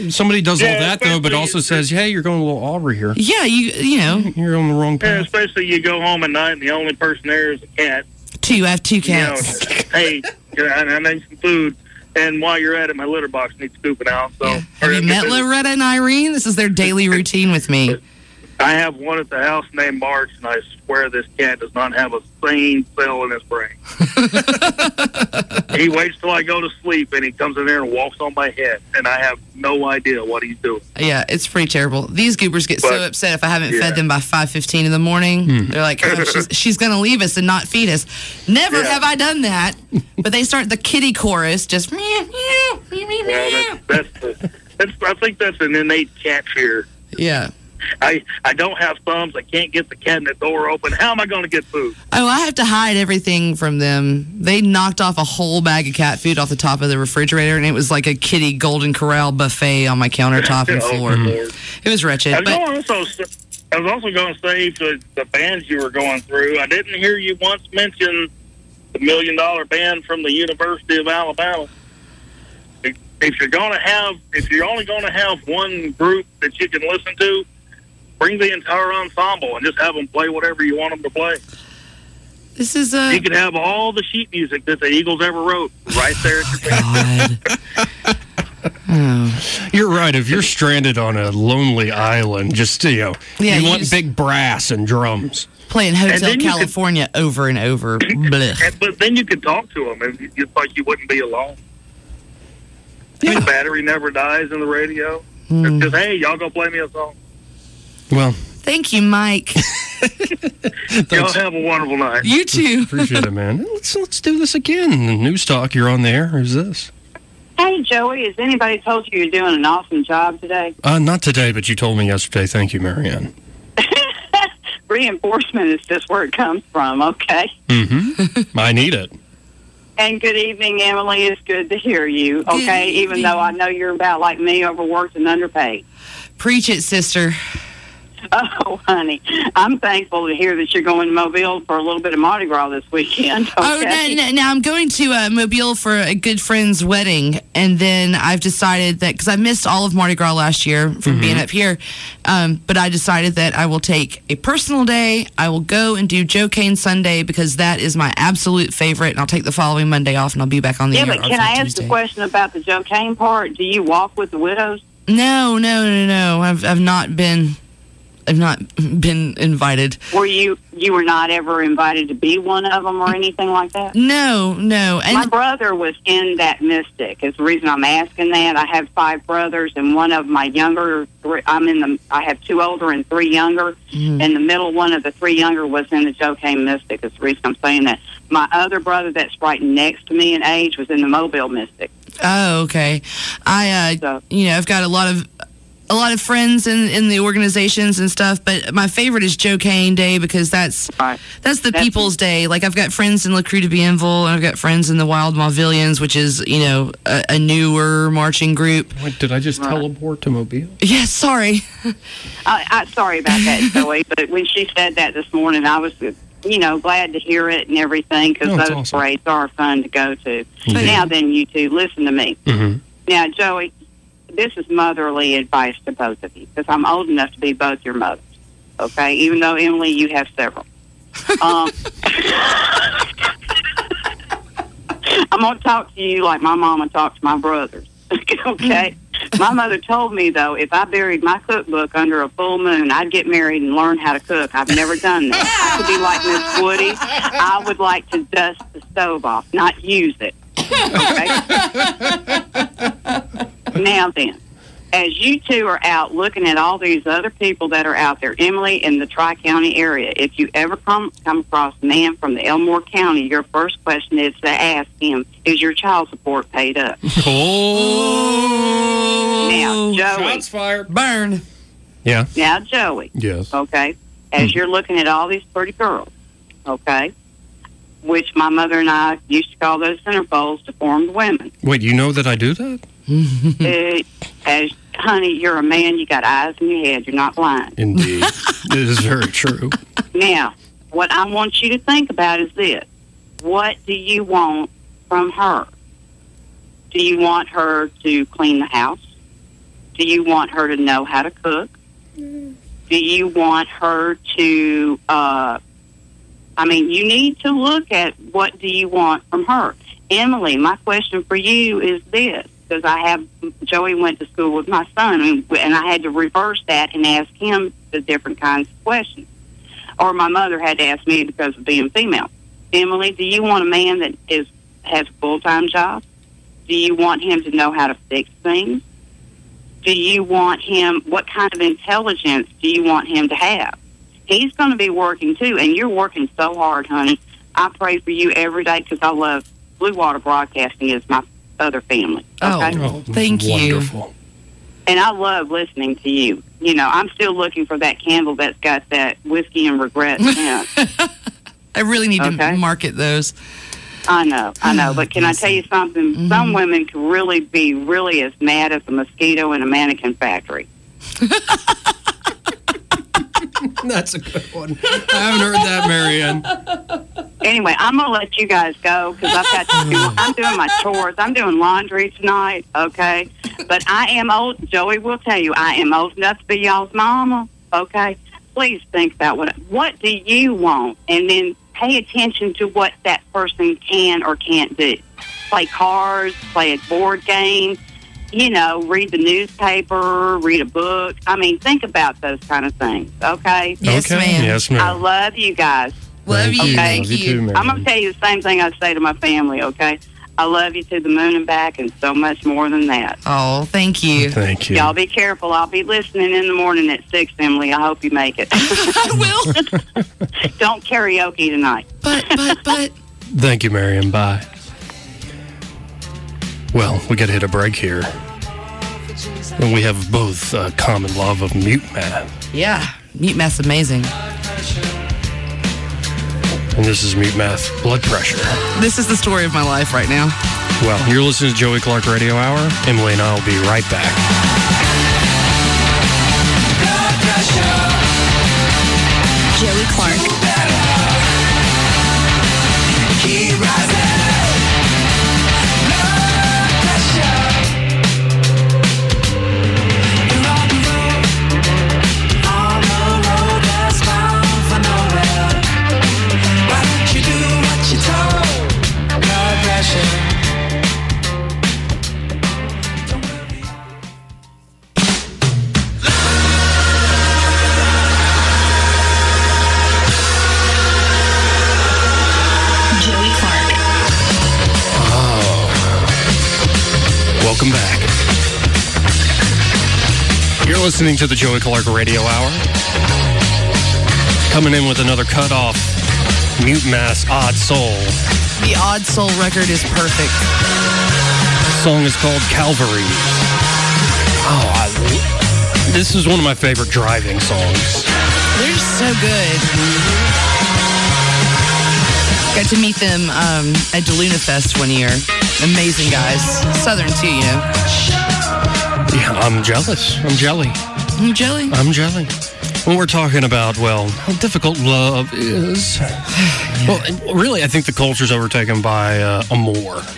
Speaker 4: need
Speaker 3: Somebody does all
Speaker 6: Yeah,
Speaker 3: that, though, but
Speaker 6: especially-
Speaker 3: also says, hey, you're going a little Aubrey here.
Speaker 4: yeah you you know
Speaker 3: You're on the wrong
Speaker 6: Yeah,
Speaker 3: path.
Speaker 6: especially you go home at night and the only person there is a cat.
Speaker 4: two. I have two cats.
Speaker 6: You know, hey, you're, I, I need some food. And while you're at it, my litter box needs scooping out. So
Speaker 4: Have you met Loretta and Irene? This is their daily routine with me.
Speaker 6: I have one at the house named March, and I swear this cat does not have a sane cell in his brain. he waits till I go to sleep, and he comes in there and walks on my head, and I have no idea what he's doing.
Speaker 4: Yeah, it's pretty terrible. These goobers get so
Speaker 6: But-
Speaker 4: upset if I haven't
Speaker 6: yeah.
Speaker 4: fed them by five fifteen in the morning.
Speaker 6: Hmm.
Speaker 4: They're like, oh, she's, she's going to leave us and not feed us. Never
Speaker 6: Yeah.
Speaker 4: have I done that. but they start the kitty chorus, just meow, meow, meow, meow, meow.
Speaker 6: Well, that's, that's, the, that's I think that's an innate cat fear.
Speaker 4: Yeah.
Speaker 6: I I don't have thumbs. I can't get the cabinet door open. How am I going to get food?
Speaker 4: Oh, I have to hide everything from them. They knocked off a whole bag of cat food off the top of the refrigerator, and it was like a kitty golden corral buffet on my countertop and
Speaker 6: Oh,
Speaker 4: floor.
Speaker 6: Lord.
Speaker 4: It was wretched.
Speaker 6: I was
Speaker 4: but
Speaker 6: also I was also going to say to the bands you were going through. I didn't hear you once mention the million dollar band from the University of Alabama. If- If you're going to have, if you're only going to have one group that you can listen to, bring the entire ensemble and just have them play whatever you want them to play.
Speaker 4: this is a.
Speaker 6: You could have all the sheet music that the Eagles ever wrote right there. At your
Speaker 4: Oh.
Speaker 3: You're right. If you're stranded on a lonely island, just you know,
Speaker 4: Yeah,
Speaker 3: you,
Speaker 4: you
Speaker 3: want
Speaker 4: just-
Speaker 3: big brass and drums.
Speaker 4: playing
Speaker 6: And
Speaker 4: Hotel
Speaker 6: then you could-
Speaker 4: California over and over. Blech.
Speaker 6: And, but then you could talk to them, and you- it's like you wouldn't be alone. The battery never dies in the radio. It's just, hey, y'all go play me a song.
Speaker 3: Well,
Speaker 4: Thank you, Mike.
Speaker 6: Y'all have a wonderful night.
Speaker 4: You too.
Speaker 3: appreciate it, man. Let's let's do this again. The news talk. You're on the air. Who's this?
Speaker 9: Hey, Joey, has anybody told you you're doing an awesome job today?
Speaker 3: Uh, not today, but you told me yesterday. Thank you, Marianne.
Speaker 9: Reinforcement is just where it comes from, okay?
Speaker 3: Mm-hmm. I need it.
Speaker 9: And good evening, Emily. It's good to hear you, okay? Even though I know you're about like me, overworked and underpaid.
Speaker 4: Preach it, sister.
Speaker 9: Oh, honey, I'm thankful to hear that you're going to Mobile for a little bit of Mardi Gras this weekend. Okay?
Speaker 4: Oh, no, no, now I'm going to uh, Mobile for a good friend's wedding, and then I've decided that because I missed all of Mardi Gras last year from
Speaker 9: Mm-hmm.
Speaker 4: being up here, um, but I decided that I will take a personal day. I will go and do Joe Kane Sunday because that is my absolute favorite, and I'll take the following Monday off, and I'll be back on the
Speaker 9: Yeah,
Speaker 4: air.
Speaker 9: but can I ask the question about the Joe Kane part? Do you walk with the widows?
Speaker 4: No, no, no, no. I've I've not been, I've not been invited.
Speaker 9: Were you you were not ever invited to be one of them or anything like that?
Speaker 4: No, no. And
Speaker 9: My brother was in that mystic. Is the reason I'm asking that. I have five brothers, and one of my younger, three, I'm in the. I have two older and three younger, and the middle one of the three younger was in the Joe Kane mystic. Is the reason I'm saying that. My other brother, that's right next to me in age, was in the Mobile mystic.
Speaker 4: Oh, okay. I, uh, you know, I've got a lot of a lot of friends in in the organizations and stuff, but my favorite is Joe Kane Day because that's that's the people's day. Like I've got friends in La Crue de Bienville, and I've got friends in the Wild Malvillians, which is you know a, a newer marching group.
Speaker 3: What, did I just teleport to Mobile?
Speaker 4: Yes, sorry.
Speaker 9: I, I sorry about that, Joey, but when she said that this morning, I was, you know, glad to hear it and everything because
Speaker 10: No,
Speaker 3: Oh,
Speaker 10: it's
Speaker 9: those parades are fun to go to.
Speaker 3: Mm-hmm.
Speaker 9: But now then, you two, listen to me.
Speaker 10: Mm-hmm.
Speaker 9: Now, Joey, this is motherly advice to both of you because I'm old enough to be both your mothers. Okay, even though Emily, you have several. Um, I'm gonna talk to you like my mama talked to my brothers. okay. My mother told me though, if I buried my cookbook under a full moon, I'd get married and learn how to cook. I've never done that. I would be like Miss Woody. I would like to dust the stove off, not use it. Okay? now then, as you two are out looking at all these other people that are out there, Emily in the Tri County area, if you ever come come across a man from the Elmore County, your first question is to ask him, "Is your child support paid up?"
Speaker 3: Oh,
Speaker 9: now, Joey,
Speaker 4: burn.
Speaker 3: Yeah.
Speaker 9: Now, Joey,
Speaker 3: Yes.
Speaker 4: Oh.
Speaker 9: okay, as you're looking at all these pretty girls, okay, which my mother and I used to call those centerfolds deformed women.
Speaker 3: Wait, you know that I do that?
Speaker 9: uh, as honey, you're a man. You got eyes in your head. You're not blind.
Speaker 3: Indeed, it is very true.
Speaker 9: Now, what I want you to think about is this: What do you want from her? Do you want her to clean the house? Do you want her to know how to cook? Do you want her to uh,
Speaker 4: I mean, you need to look at what do you want from her. Emily, my question for you is this, because I have Joey went to school with my son, and, and I had to reverse that and ask him the different kinds of questions, or my mother had to ask me because of being female. Emily, do you want a man that is has a full time job? Do you want him to know how to fix things? Do you want him? What kind of intelligence do you want him to have? he's going to be working too, and you're working so hard, honey. I pray for you every day because I love Blue Water Broadcasting is my other family. Okay?
Speaker 11: Oh, thank you.
Speaker 4: And I love listening to you. You know, I'm still looking for that candle that's got that whiskey and regret scent.
Speaker 11: I really need to market those.
Speaker 4: I know, I know. But can I tell you something?
Speaker 11: Mm-hmm.
Speaker 4: Some women can really be really as mad as a mosquito in a mannequin factory.
Speaker 3: That's a good one. I haven't heard that, Marianne.
Speaker 4: Anyway, I'm gonna let you guys go because I've got to do. I'm doing my chores. I'm doing laundry tonight. Okay, but I am old. Joey will tell you I am old enough to be y'all's mama. Okay, please think about what what do you want, and then pay attention to what that person can or can't do. Play cards, play a board game. You know, read the newspaper, read a book. I mean, think about those kind of things. Okay.
Speaker 3: Yes, Okay. ma'am. Yes, ma'am.
Speaker 4: I love you guys.
Speaker 3: Love you.
Speaker 4: Okay?
Speaker 3: Love you too, ma'am.
Speaker 4: I'm gonna tell you the same thing I say to my family. Okay, I love you to the moon and back, and so much more than that.
Speaker 11: Oh, thank you.
Speaker 3: Thank
Speaker 4: Y'all be careful. I'll be listening in the morning at six, Emily. I hope you make it.
Speaker 11: I
Speaker 4: will. Don't karaoke tonight.
Speaker 11: But but but
Speaker 3: Thank you, Marion. Bye. Well, we got to hit a break here. And we have both a common love of Mute Man.
Speaker 11: yeah, Mute Math's amazing.
Speaker 3: And this is Mute Math Blood Pressure.
Speaker 11: This is the story of my life right now.
Speaker 3: Well, you're listening to Joey Clark Radio Hour. Emily and I will be right back.
Speaker 12: Joey Clark. Joey Clark.
Speaker 3: Oh. Welcome back. You're listening to the Joey Clark Radio Hour. Coming in with another cutoff, Mute Mass Odd Soul.
Speaker 11: The Odd Soul record is perfect.
Speaker 3: song is called Calvary. Oh, I, this is one of my favorite driving songs.
Speaker 11: They're so good. Got to meet them um, at Deluna Fest one year. Amazing guys. Southern too, you know.
Speaker 3: Yeah, I'm jealous. I'm jelly.
Speaker 11: I'm jelly.
Speaker 3: I'm jelly. When we're talking about, well, how difficult love is. Well, and really, I think the culture's overtaken by uh, amour.
Speaker 11: Yeah,
Speaker 3: Not
Speaker 11: it's,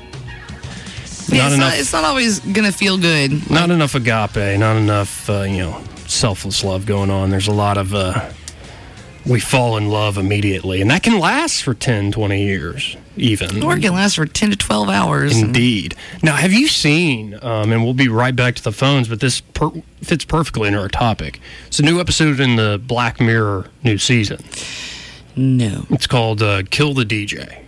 Speaker 3: enough. Mm-hmm.
Speaker 11: not, it's not always gonna feel good.
Speaker 3: not enough agape, not enough, uh, you know, selfless love going on. There's a lot of, uh, we fall in love immediately, and that can last for 10, 20 years, even.
Speaker 11: Or it can last for ten to twelve hours.
Speaker 3: Indeed. Now, have you seen, um, and we'll be right back to the phones, but this per- fits perfectly into our topic. It's a new episode in the Black Mirror new season.
Speaker 11: No.
Speaker 3: It's called uh, Kill the DJ.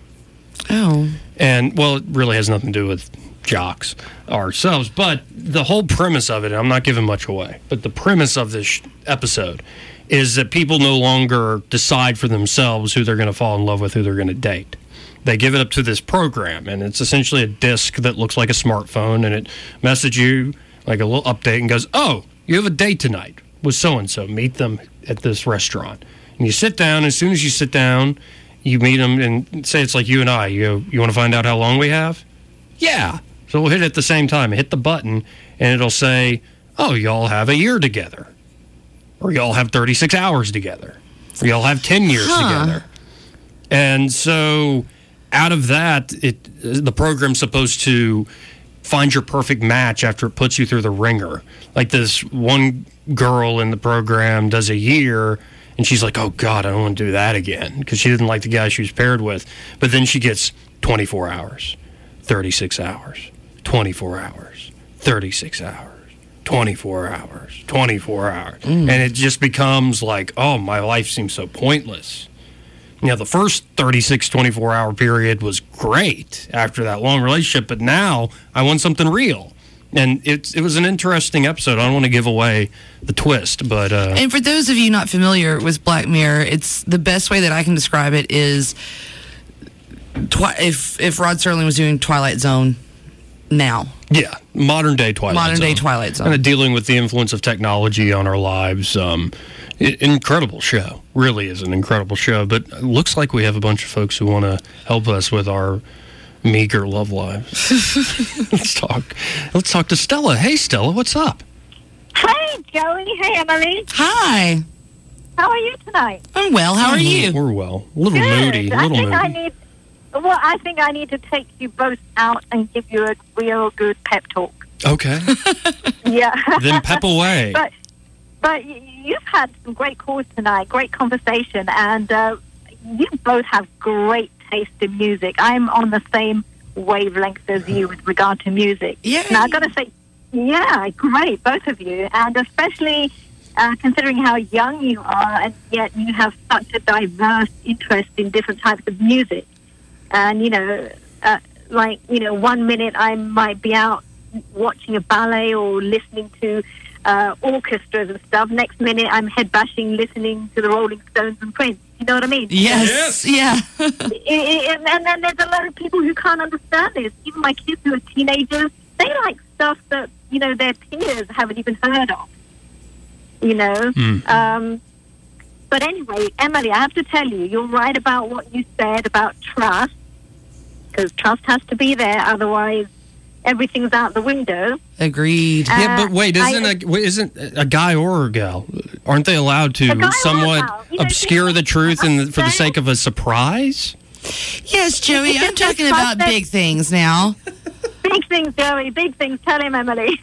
Speaker 11: Oh.
Speaker 3: And, well, it really has nothing to do with jocks ourselves, but the whole premise of it, and I'm not giving much away, but the premise of this sh- episode is that people no longer decide for themselves who they're going to fall in love with, who they're going to date. They give it up to this program, and it's essentially a disc that looks like a smartphone, and it messages you like a little update and goes, Oh, you have a date tonight with so and so. Meet them at this restaurant. And you sit down, as soon as you sit down, you meet them and say it's like you and I. You go, You want to find out how long we have? Yeah. So we'll hit it at the same time. Hit the button, and it'll say, "Oh, y'all have a year together, or y'all have 36 hours together, or y'all have 10 years
Speaker 11: Huh.
Speaker 3: together." And so, out of that, it the program's supposed to find your perfect match after it puts you through the ringer. Like this one girl in the program does a year, And she's like, oh God, I don't want to do that again because she didn't like the guy she was paired with. But then she gets 24 hours, 36 hours, 24 hours, 36 hours, 24 hours, 24 hours. And it just becomes like, oh, my life seems so pointless. Now, the first 36, 24 hour period was great after that long relationship, but now I want something real. And it, it was an interesting episode. I don't want to give away the twist, but. Uh,
Speaker 4: And for those of you not familiar with Black Mirror, it's the best way that I can describe it is twi- if if Rod Serling was doing Twilight Zone now.
Speaker 3: Yeah, modern day Twilight
Speaker 4: Modern
Speaker 3: Zone.
Speaker 4: day Twilight Zone.
Speaker 3: Kind of dealing with the influence of technology on our lives. Um, i- incredible show. Really is an incredible show. But it looks like we have a bunch of folks who want to help us with our meager love lives. let's talk. Let's talk to Stella. Hey, Stella, what's up?
Speaker 12: Hey, Joey. Hey, Emily.
Speaker 4: Hi.
Speaker 12: How are you tonight?
Speaker 4: I'm well. How are you?
Speaker 3: Mm-hmm. We're well. A little moody. A
Speaker 12: I
Speaker 3: little
Speaker 12: think
Speaker 3: moody.
Speaker 12: I need. Well, I think I need to take you both out and give you a real good pep talk.
Speaker 3: okay.
Speaker 12: Yeah.
Speaker 3: Then pep away.
Speaker 12: but but y- you've had some great calls tonight, great conversation, and uh, you both have great taste in music. I'm on the same wavelength as you with regard to music. Yeah. Now I got to say, yeah, great, both of you, and especially. Uh, considering how young you are, and yet you have such a diverse interest in different types of music and you know, uh, like you know, one minute I might be out watching a ballet or listening to uh, orchestras and stuff. Next minute I'm head bashing, listening to the Rolling Stones and Prince. You know what I mean?
Speaker 4: Yes. Yes.
Speaker 12: Yeah. and, and then there's a lot of people who can't understand this. Even my kids who are teenagers, they like stuff that you know their peers haven't even heard of. You know.
Speaker 13: Mm.
Speaker 12: Um, but anyway, Emily, I have to tell you, you're right about what you said about trust, because trust has to be there, otherwise everything's out the window.
Speaker 4: Agreed.
Speaker 3: yeah,
Speaker 12: Uh,
Speaker 3: but wait,
Speaker 12: I-
Speaker 3: isn't a wait, isn't a guy or a gal? Aren't they allowed
Speaker 12: A guy or
Speaker 3: to
Speaker 12: a
Speaker 3: somewhat
Speaker 12: gal. You know,
Speaker 3: obscure the truth and for the sake of a surprise?
Speaker 4: Yes, Joey. I'm talking about big things now.
Speaker 12: Big things, Joey. Big things. Tell him, Emily.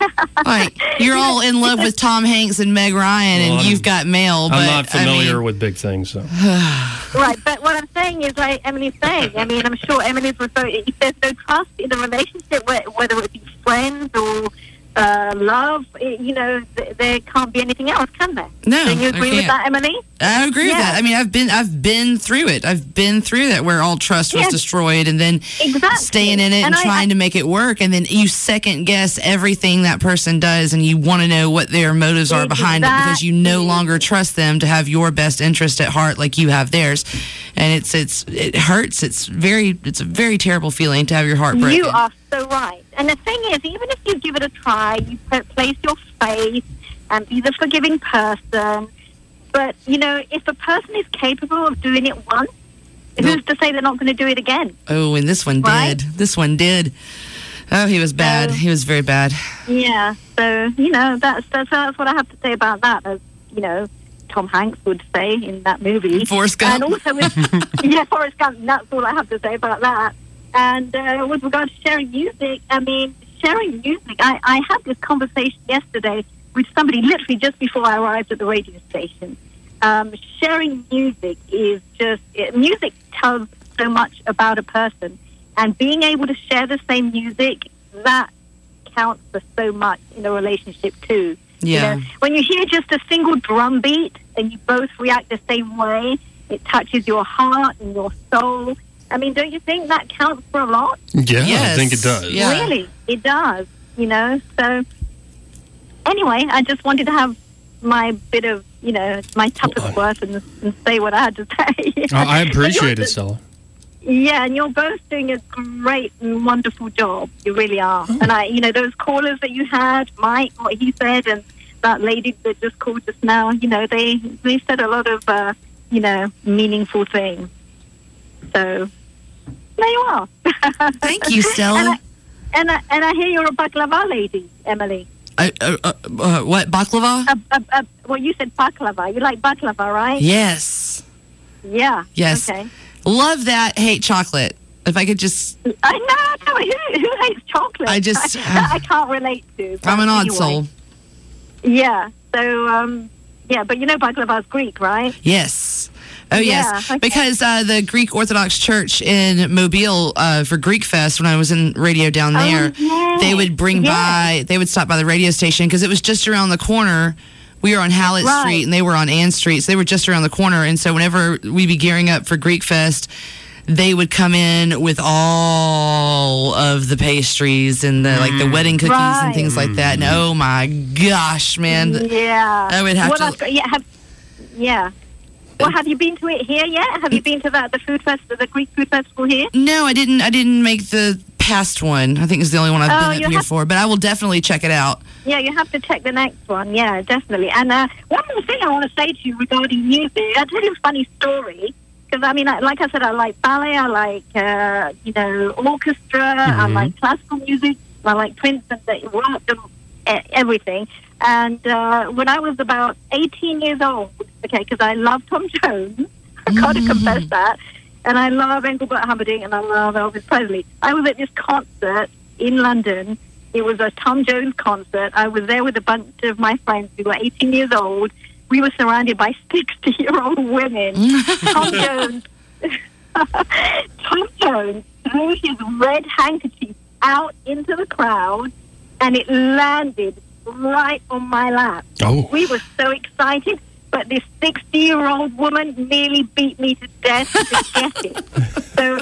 Speaker 4: Like you're all in love with Tom Hanks and Meg Ryan, and
Speaker 3: Well, I'm-
Speaker 4: you've got mail. But
Speaker 3: I'm not familiar
Speaker 4: I mean,
Speaker 3: with big things. So.
Speaker 12: right, but what I'm saying is, like Emily's saying, I mean, I'm sure Emily's referring, if there's no trust in the relationship, whe- whether it be friends or uh, love, it, you know, th- there can't be anything else, can there?
Speaker 4: No,
Speaker 12: Do you
Speaker 4: there
Speaker 12: agree with
Speaker 4: can't.
Speaker 12: that, Emily?
Speaker 4: I agree with
Speaker 12: Yeah.
Speaker 4: that. I mean, I've been I've been through it. I've been through that where all trust was
Speaker 12: Yes.
Speaker 4: destroyed, and then
Speaker 12: Exactly.
Speaker 4: staying in it and,
Speaker 12: And I-
Speaker 4: trying to make it work, and then you second guess everything that person does, and you want to know what their motives are behind it because you no longer trust them to have your best interest at heart like you have theirs, and it's it's it hurts. It's very it's a very terrible feeling to have your heart broken.
Speaker 12: You are so right. And the thing is, even if you give it a try, you put, place your faith and be the forgiving person. But, you know, if a person is capable of doing it once, who's to say they're not going to do it again?
Speaker 4: oh, and this one
Speaker 12: Right?
Speaker 4: did. This one did. Oh, he was bad. he was very bad.
Speaker 12: Yeah. So, you know, that's, that's, that's what I have to say about that, as, you know, Tom Hanks would say in that movie.
Speaker 4: Forrest
Speaker 12: Gump. And also, with, yeah, Forrest Gump. That's all I have to say about that. And uh, with regard to sharing music, I mean, sharing music, I, I had this conversation yesterday with somebody literally just before I arrived at the radio station. Um, sharing music is just, it, music tells so much about a person. And being able to share the same music, that counts for so much in a relationship, too.
Speaker 4: Yeah.
Speaker 12: You know, when you hear just a single drum beat and you both react the same way, it touches your heart and your soul. I mean, don't you think that counts for a lot?
Speaker 3: Yeah, I think it does.
Speaker 12: Really, it does. You know, so anyway, I just wanted to have my bit of you know my Tupper's worth and, and say what I had to say.
Speaker 3: I I
Speaker 12: But you're
Speaker 3: appreciate it,
Speaker 12: just-
Speaker 3: Stella.
Speaker 12: yeah, and you're both doing a great and wonderful job. You really are. And I, you know, those callers that you had, Mike, what he said, and that lady that just called just now, you know, they they said a lot of, uh, you know, meaningful things. So there you are.
Speaker 4: Thank you, Stella.
Speaker 12: and, I, and I and I hear you're a baklava lady, Emily.
Speaker 4: Uh, uh, uh, uh, what baklava?
Speaker 12: A, a, a, well, you said baklava. You like baklava, right?
Speaker 4: Yes.
Speaker 12: Yeah.
Speaker 4: Yes.
Speaker 12: Okay.
Speaker 4: Love that. Hate chocolate. If I could just,
Speaker 12: I know. Who, who hates chocolate?
Speaker 4: I just-
Speaker 12: I, I can't relate to. but
Speaker 4: I'm an odd
Speaker 12: anyway.
Speaker 4: soul.
Speaker 12: Yeah. So, um, Yeah, but you know baklava's Greek, right?
Speaker 4: Yes. Oh
Speaker 12: Yeah,
Speaker 4: yes,
Speaker 12: okay.
Speaker 4: because uh, the Greek Orthodox Church in Mobile uh, for Greek Fest, when I was in radio down
Speaker 12: Oh,
Speaker 4: there, they would bring by, they would stop by the radio station because it was just around the corner. We were on Hallett
Speaker 13: Right.
Speaker 4: Street and they were on Ann Street, so they were just around the corner. And so whenever we'd be gearing up for Greek Fest, they would come in with all of the pastries and the like
Speaker 12: Mm.
Speaker 4: the wedding cookies and things like that. And oh my gosh, man!
Speaker 12: yeah.
Speaker 4: I would have
Speaker 12: Well,
Speaker 4: to-
Speaker 12: I've got- yeah, have, yeah. Well, have you been to it here yet? Have you been to that the food fest, the Greek food festival here?
Speaker 4: No, I didn't. I didn't make the past one. I think it's the only one I've
Speaker 12: Oh,
Speaker 4: been
Speaker 12: you
Speaker 4: up here
Speaker 12: have-
Speaker 4: for. But I will definitely check it out.
Speaker 12: Yeah, you have to check the next one. Yeah, definitely. And uh, one more thing I want to say to you regarding music, I'll tell you a funny story. Because I mean, I, like I said, I like ballet, I like uh, you know orchestra, I
Speaker 14: Mhm.
Speaker 12: like classical music, I like Prince and the rock and e- everything. And uh, when I was about 18 years old, okay, because I love Tom Jones, I gotta confess that, and I love Engelbert Humperdinck and I love Elvis Presley. I was at this concert in London. It was a Tom Jones concert. I was there with a bunch of my friends. We were 18 years old. We were surrounded by 60 year old women. Tom Jones. Tom Jones threw his red handkerchief out into the crowd and it landed right on my lap.
Speaker 3: Oh.
Speaker 12: We were so excited, but this 60 year old woman nearly beat me to death to get it. So,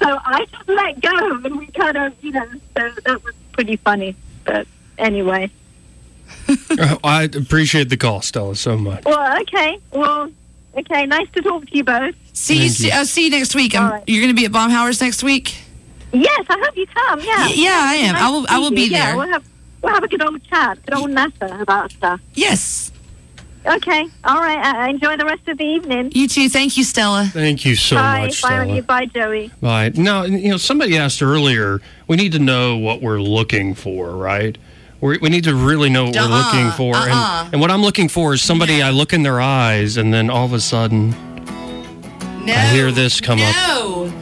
Speaker 12: so I just let go and we kind of, you know, so that was pretty funny. But anyway.
Speaker 3: I appreciate the call, Stella, so much.
Speaker 12: Well, okay. Well, okay. Nice to talk to you both.
Speaker 4: See
Speaker 3: Thank
Speaker 4: you.
Speaker 3: you.
Speaker 4: I'll see you next week. I'm- You're going to be at Baumhauer's next week.
Speaker 12: Yes, I hope you come. Yeah.
Speaker 4: Y- yeah, I am. I will-
Speaker 12: to
Speaker 4: I
Speaker 12: see
Speaker 4: will be
Speaker 12: you. Yeah,
Speaker 4: there.
Speaker 12: we'll have we'll have a good old chat, good old natter about stuff.
Speaker 4: Yes.
Speaker 12: Okay. All right. Uh, enjoy the rest of the evening.
Speaker 4: You too. Thank you, Stella.
Speaker 3: Thank you so
Speaker 12: bye.
Speaker 3: much,
Speaker 12: bye,
Speaker 3: Stella.
Speaker 12: Ronnie. Bye, Joey.
Speaker 3: Right. Now, you know, somebody asked earlier, we need to know what we're looking for, right? we we need to really know what we're
Speaker 15: Uh-uh,
Speaker 3: looking for.
Speaker 15: uh-uh.
Speaker 3: And, and what I'm looking for is somebody I look in their eyes and then all of a sudden I hear this come up.
Speaker 4: No.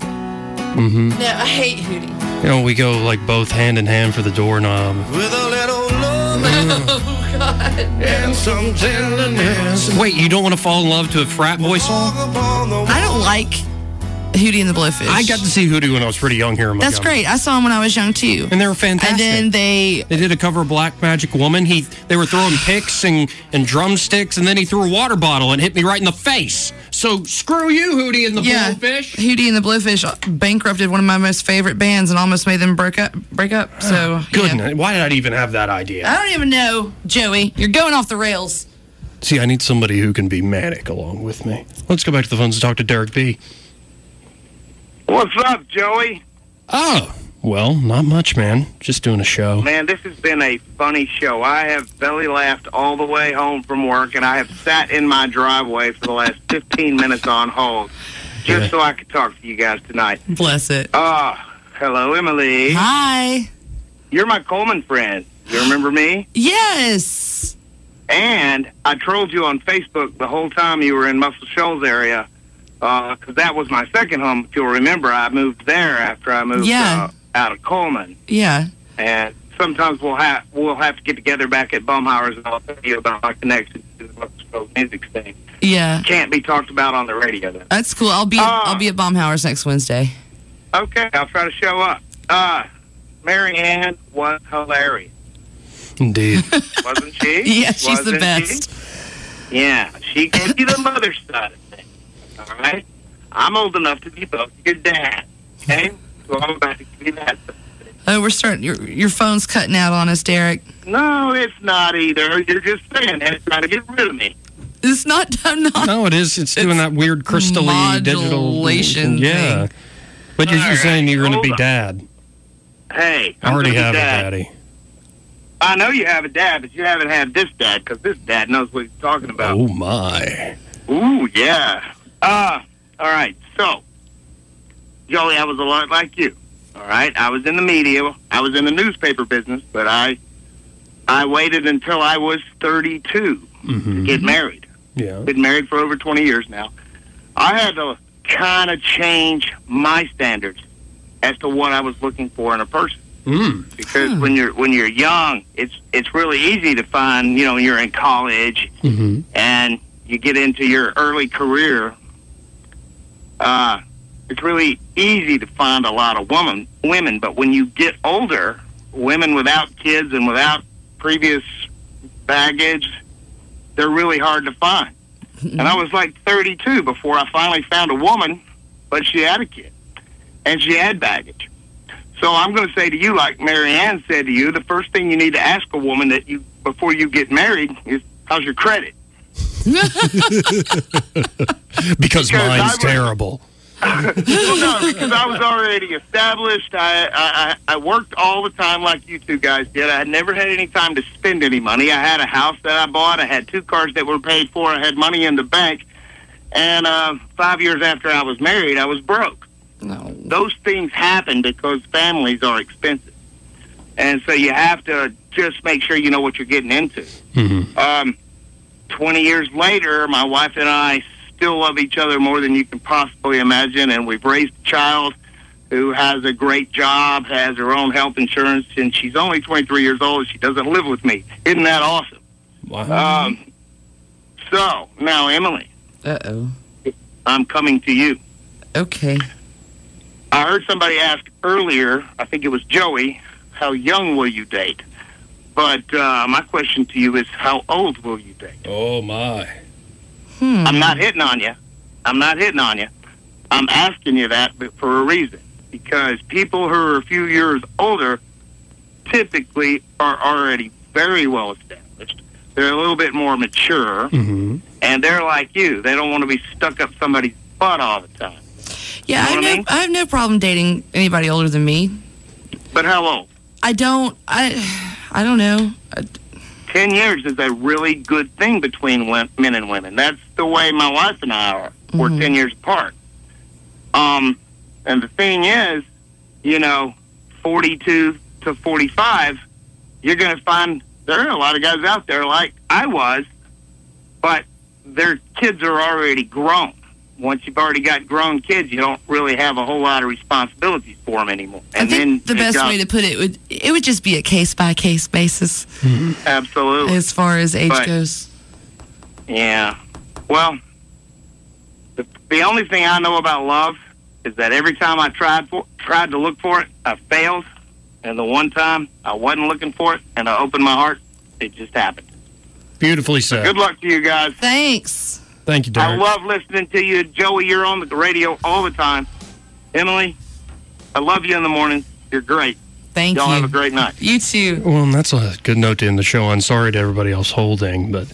Speaker 3: hmm
Speaker 4: No, I hate Hootie.
Speaker 3: You know, we go like both hand in hand for the doorknob.
Speaker 16: With a little love and some tenderness.
Speaker 3: Wait, you don't want to fall in love to a frat boy song?
Speaker 4: I don't like Hootie and the Blowfish.
Speaker 3: I got to see Hootie when I was pretty young here in
Speaker 4: That's
Speaker 3: Montgomery.
Speaker 4: great. I saw him when I was young too.
Speaker 3: And they were fantastic.
Speaker 4: And then they
Speaker 3: They did a cover of Black Magic Woman. He they were throwing picks and, and drumsticks, and then he threw a water bottle and hit me right in the face. So screw you, Hootie and the
Speaker 4: yeah,
Speaker 3: Blowfish.
Speaker 4: Hootie and the Blowfish bankrupted one of my most favorite bands and almost made them break up. Break up. So yeah.
Speaker 3: Goodness, why did I even have that idea?
Speaker 4: I don't even know, Joey. You're going off the rails.
Speaker 3: See, I need somebody who can be manic along with me. Let's go back to the phones and talk to Derek B.
Speaker 6: What's up, Joey?
Speaker 3: Oh, well, not much, man. Just doing a show.
Speaker 6: Man, this has been a funny show. I have belly laughed all the way home from work, and I have sat in my driveway for the last 15 minutes on hold just so I could talk to you guys tonight.
Speaker 4: Bless it.
Speaker 6: Oh, hello, Emily.
Speaker 4: Hi.
Speaker 6: You're my Coleman friend. You remember me?
Speaker 4: Yes.
Speaker 6: And I trolled you on Facebook the whole time you were in Muscle Shoals area because that was my second home. If you'll remember, I moved there after I moved
Speaker 4: Yeah.
Speaker 6: uh, out of Coleman.
Speaker 4: Yeah.
Speaker 6: and sometimes we'll have we'll have to get together back at Bumhauer's and I'll tell you about my connection to the Knoxville music scene.
Speaker 4: Yeah.
Speaker 6: Can't be talked about on the radio. Then.
Speaker 4: That's cool. I'll be I'll be at Baumhauer's next Wednesday.
Speaker 6: Okay, I'll try to show up. Uh, Mary Ann was hilarious,
Speaker 3: Indeed.
Speaker 6: wasn't she?
Speaker 3: Yeah, she's the
Speaker 6: Wasn't
Speaker 3: best.
Speaker 6: She? Yeah, she gave you the mother side of things. All right, I'm old enough to be both your dad. Okay, so I'm about to give you that.
Speaker 4: Oh, we're starting. Your your phone's cutting out on us, Derek.
Speaker 6: No, it's not either. You're just saying that, trying to get rid of me.
Speaker 4: It's not. I'm not.
Speaker 3: No, it is. It's, doing that weird crystalline digital
Speaker 4: modulation
Speaker 3: Yeah. But you're,
Speaker 6: All
Speaker 3: you're
Speaker 6: right,
Speaker 3: saying you're going to
Speaker 6: hold
Speaker 3: be
Speaker 6: on.
Speaker 3: dad.
Speaker 6: Hey,
Speaker 3: I already
Speaker 6: gonna
Speaker 3: have
Speaker 6: be
Speaker 3: a
Speaker 6: dad.
Speaker 3: daddy.
Speaker 6: I know you have a dad, but you haven't had this dad because this dad knows what he's talking about.
Speaker 3: Oh my.
Speaker 6: Ooh, yeah. Uh, all right. So, Joey, I was a lot like you. All right, I was in the media. I was in the newspaper business, but I, I waited until I was thirty-two to get married.
Speaker 3: Mm-hmm. Yeah.
Speaker 6: Been married for over twenty years now. I had to kind of change my standards as to what I was looking for in a person.
Speaker 3: Mm.
Speaker 6: because when you're when you're young, it's it's really easy to find. You know, you're in college
Speaker 3: Mm-hmm.
Speaker 6: and you get into your early career. Uh, it's really easy to find a lot of women women, but when you get older, women without kids and without previous baggage, they're really hard to find. And I was like 32 before I finally found a woman, but she had a kid and she had baggage. So I'm going to say to you, like Marianne said to you, the first thing you need to ask a woman that you before you get married is how's your credit.
Speaker 3: because
Speaker 6: I
Speaker 3: mine's
Speaker 6: was-
Speaker 3: terrible.
Speaker 6: well, no, because I was already established. I, I I I worked all the time like you two guys did. I never had any time to spend any money. I had a house that I bought. I had two cars that were paid for. I had money in the bank. And uh, five years after I was married, I was broke.
Speaker 4: No.
Speaker 6: Those things happen because families are expensive, and so you have to just make sure you know what you're getting into.
Speaker 3: Mm-hmm.
Speaker 6: Um, 20 years later, my wife and I still love each other more than you can possibly imagine, and we've raised a child who has a great job, has her own health insurance, and she's only 23 years old. She doesn't live with me. Isn't that awesome?
Speaker 4: Wow.
Speaker 6: Um, so, now, Emily,
Speaker 4: Uh oh.
Speaker 6: I'm coming to you.
Speaker 4: Okay.
Speaker 6: I heard somebody ask earlier, I think it was Joey, how young will you date? But uh, my question to you is, how old will you date?
Speaker 3: Oh, my.
Speaker 4: Hmm.
Speaker 6: I'm not hitting on you. I'm not hitting on you. I'm asking you that but for a reason because people who are a few years older typically are already very well established. They're a little bit more mature,
Speaker 3: Mm-hmm.
Speaker 6: and they're like you. They don't want to be stuck up somebody's butt all the time.
Speaker 4: Yeah, I have, no, I have no problem dating anybody older than me.
Speaker 6: But how old?
Speaker 4: I don't. I. I don't know.
Speaker 6: Ten years is a really good thing between wo- men and women. That's the way my wife and I are. We're
Speaker 4: Mm-hmm.
Speaker 6: ten years apart. Um, and the thing is, you know, forty-two to forty-five, you're going to find there are a lot of guys out there like I was, but their kids are already grown. Once you've already got grown kids, you don't really have a whole lot of responsibilities for them anymore. And then
Speaker 4: The best way to put it would it would just be a case by case basis
Speaker 6: absolutely
Speaker 4: as far as age
Speaker 6: But-
Speaker 4: goes.
Speaker 6: Yeah. Well, the, the only thing I know about love is that every time I tried for, tried to look for it, I failed. And the one time I wasn't looking for it and I opened my heart, it just happened.
Speaker 3: Beautifully said.
Speaker 6: Good luck to you guys.
Speaker 4: Thanks.
Speaker 3: Thank you,
Speaker 6: I
Speaker 3: Derek.
Speaker 6: love listening to you. Joey, you're on the radio all the time. Emily, I love you in the morning. You're great.
Speaker 4: Thank
Speaker 6: Y'all have a great night.
Speaker 4: You too.
Speaker 3: Well, and that's a good note to end the show on. Sorry to everybody else holding, but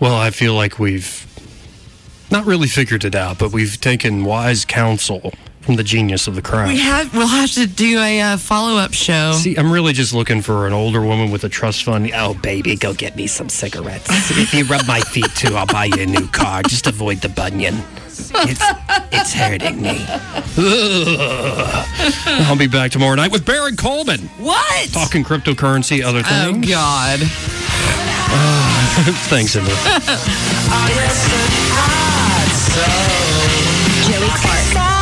Speaker 3: well, I feel like we've not really figured it out, but we've taken wise counsel from the genius of the crowd.
Speaker 4: We have. We'll have to do a uh, follow up show.
Speaker 3: See, I'm really just looking for an older woman with a trust fund. Oh, baby, go get me some cigarettes. if you rub my feet too, I'll buy you a new car. Just avoid the bunion. It's, it's hurting me. I'll be back tomorrow night with Baron Coleman.
Speaker 4: What?
Speaker 3: Talking cryptocurrency, other things.
Speaker 4: Oh God.
Speaker 3: thanks, Emily.
Speaker 17: Joey Clark.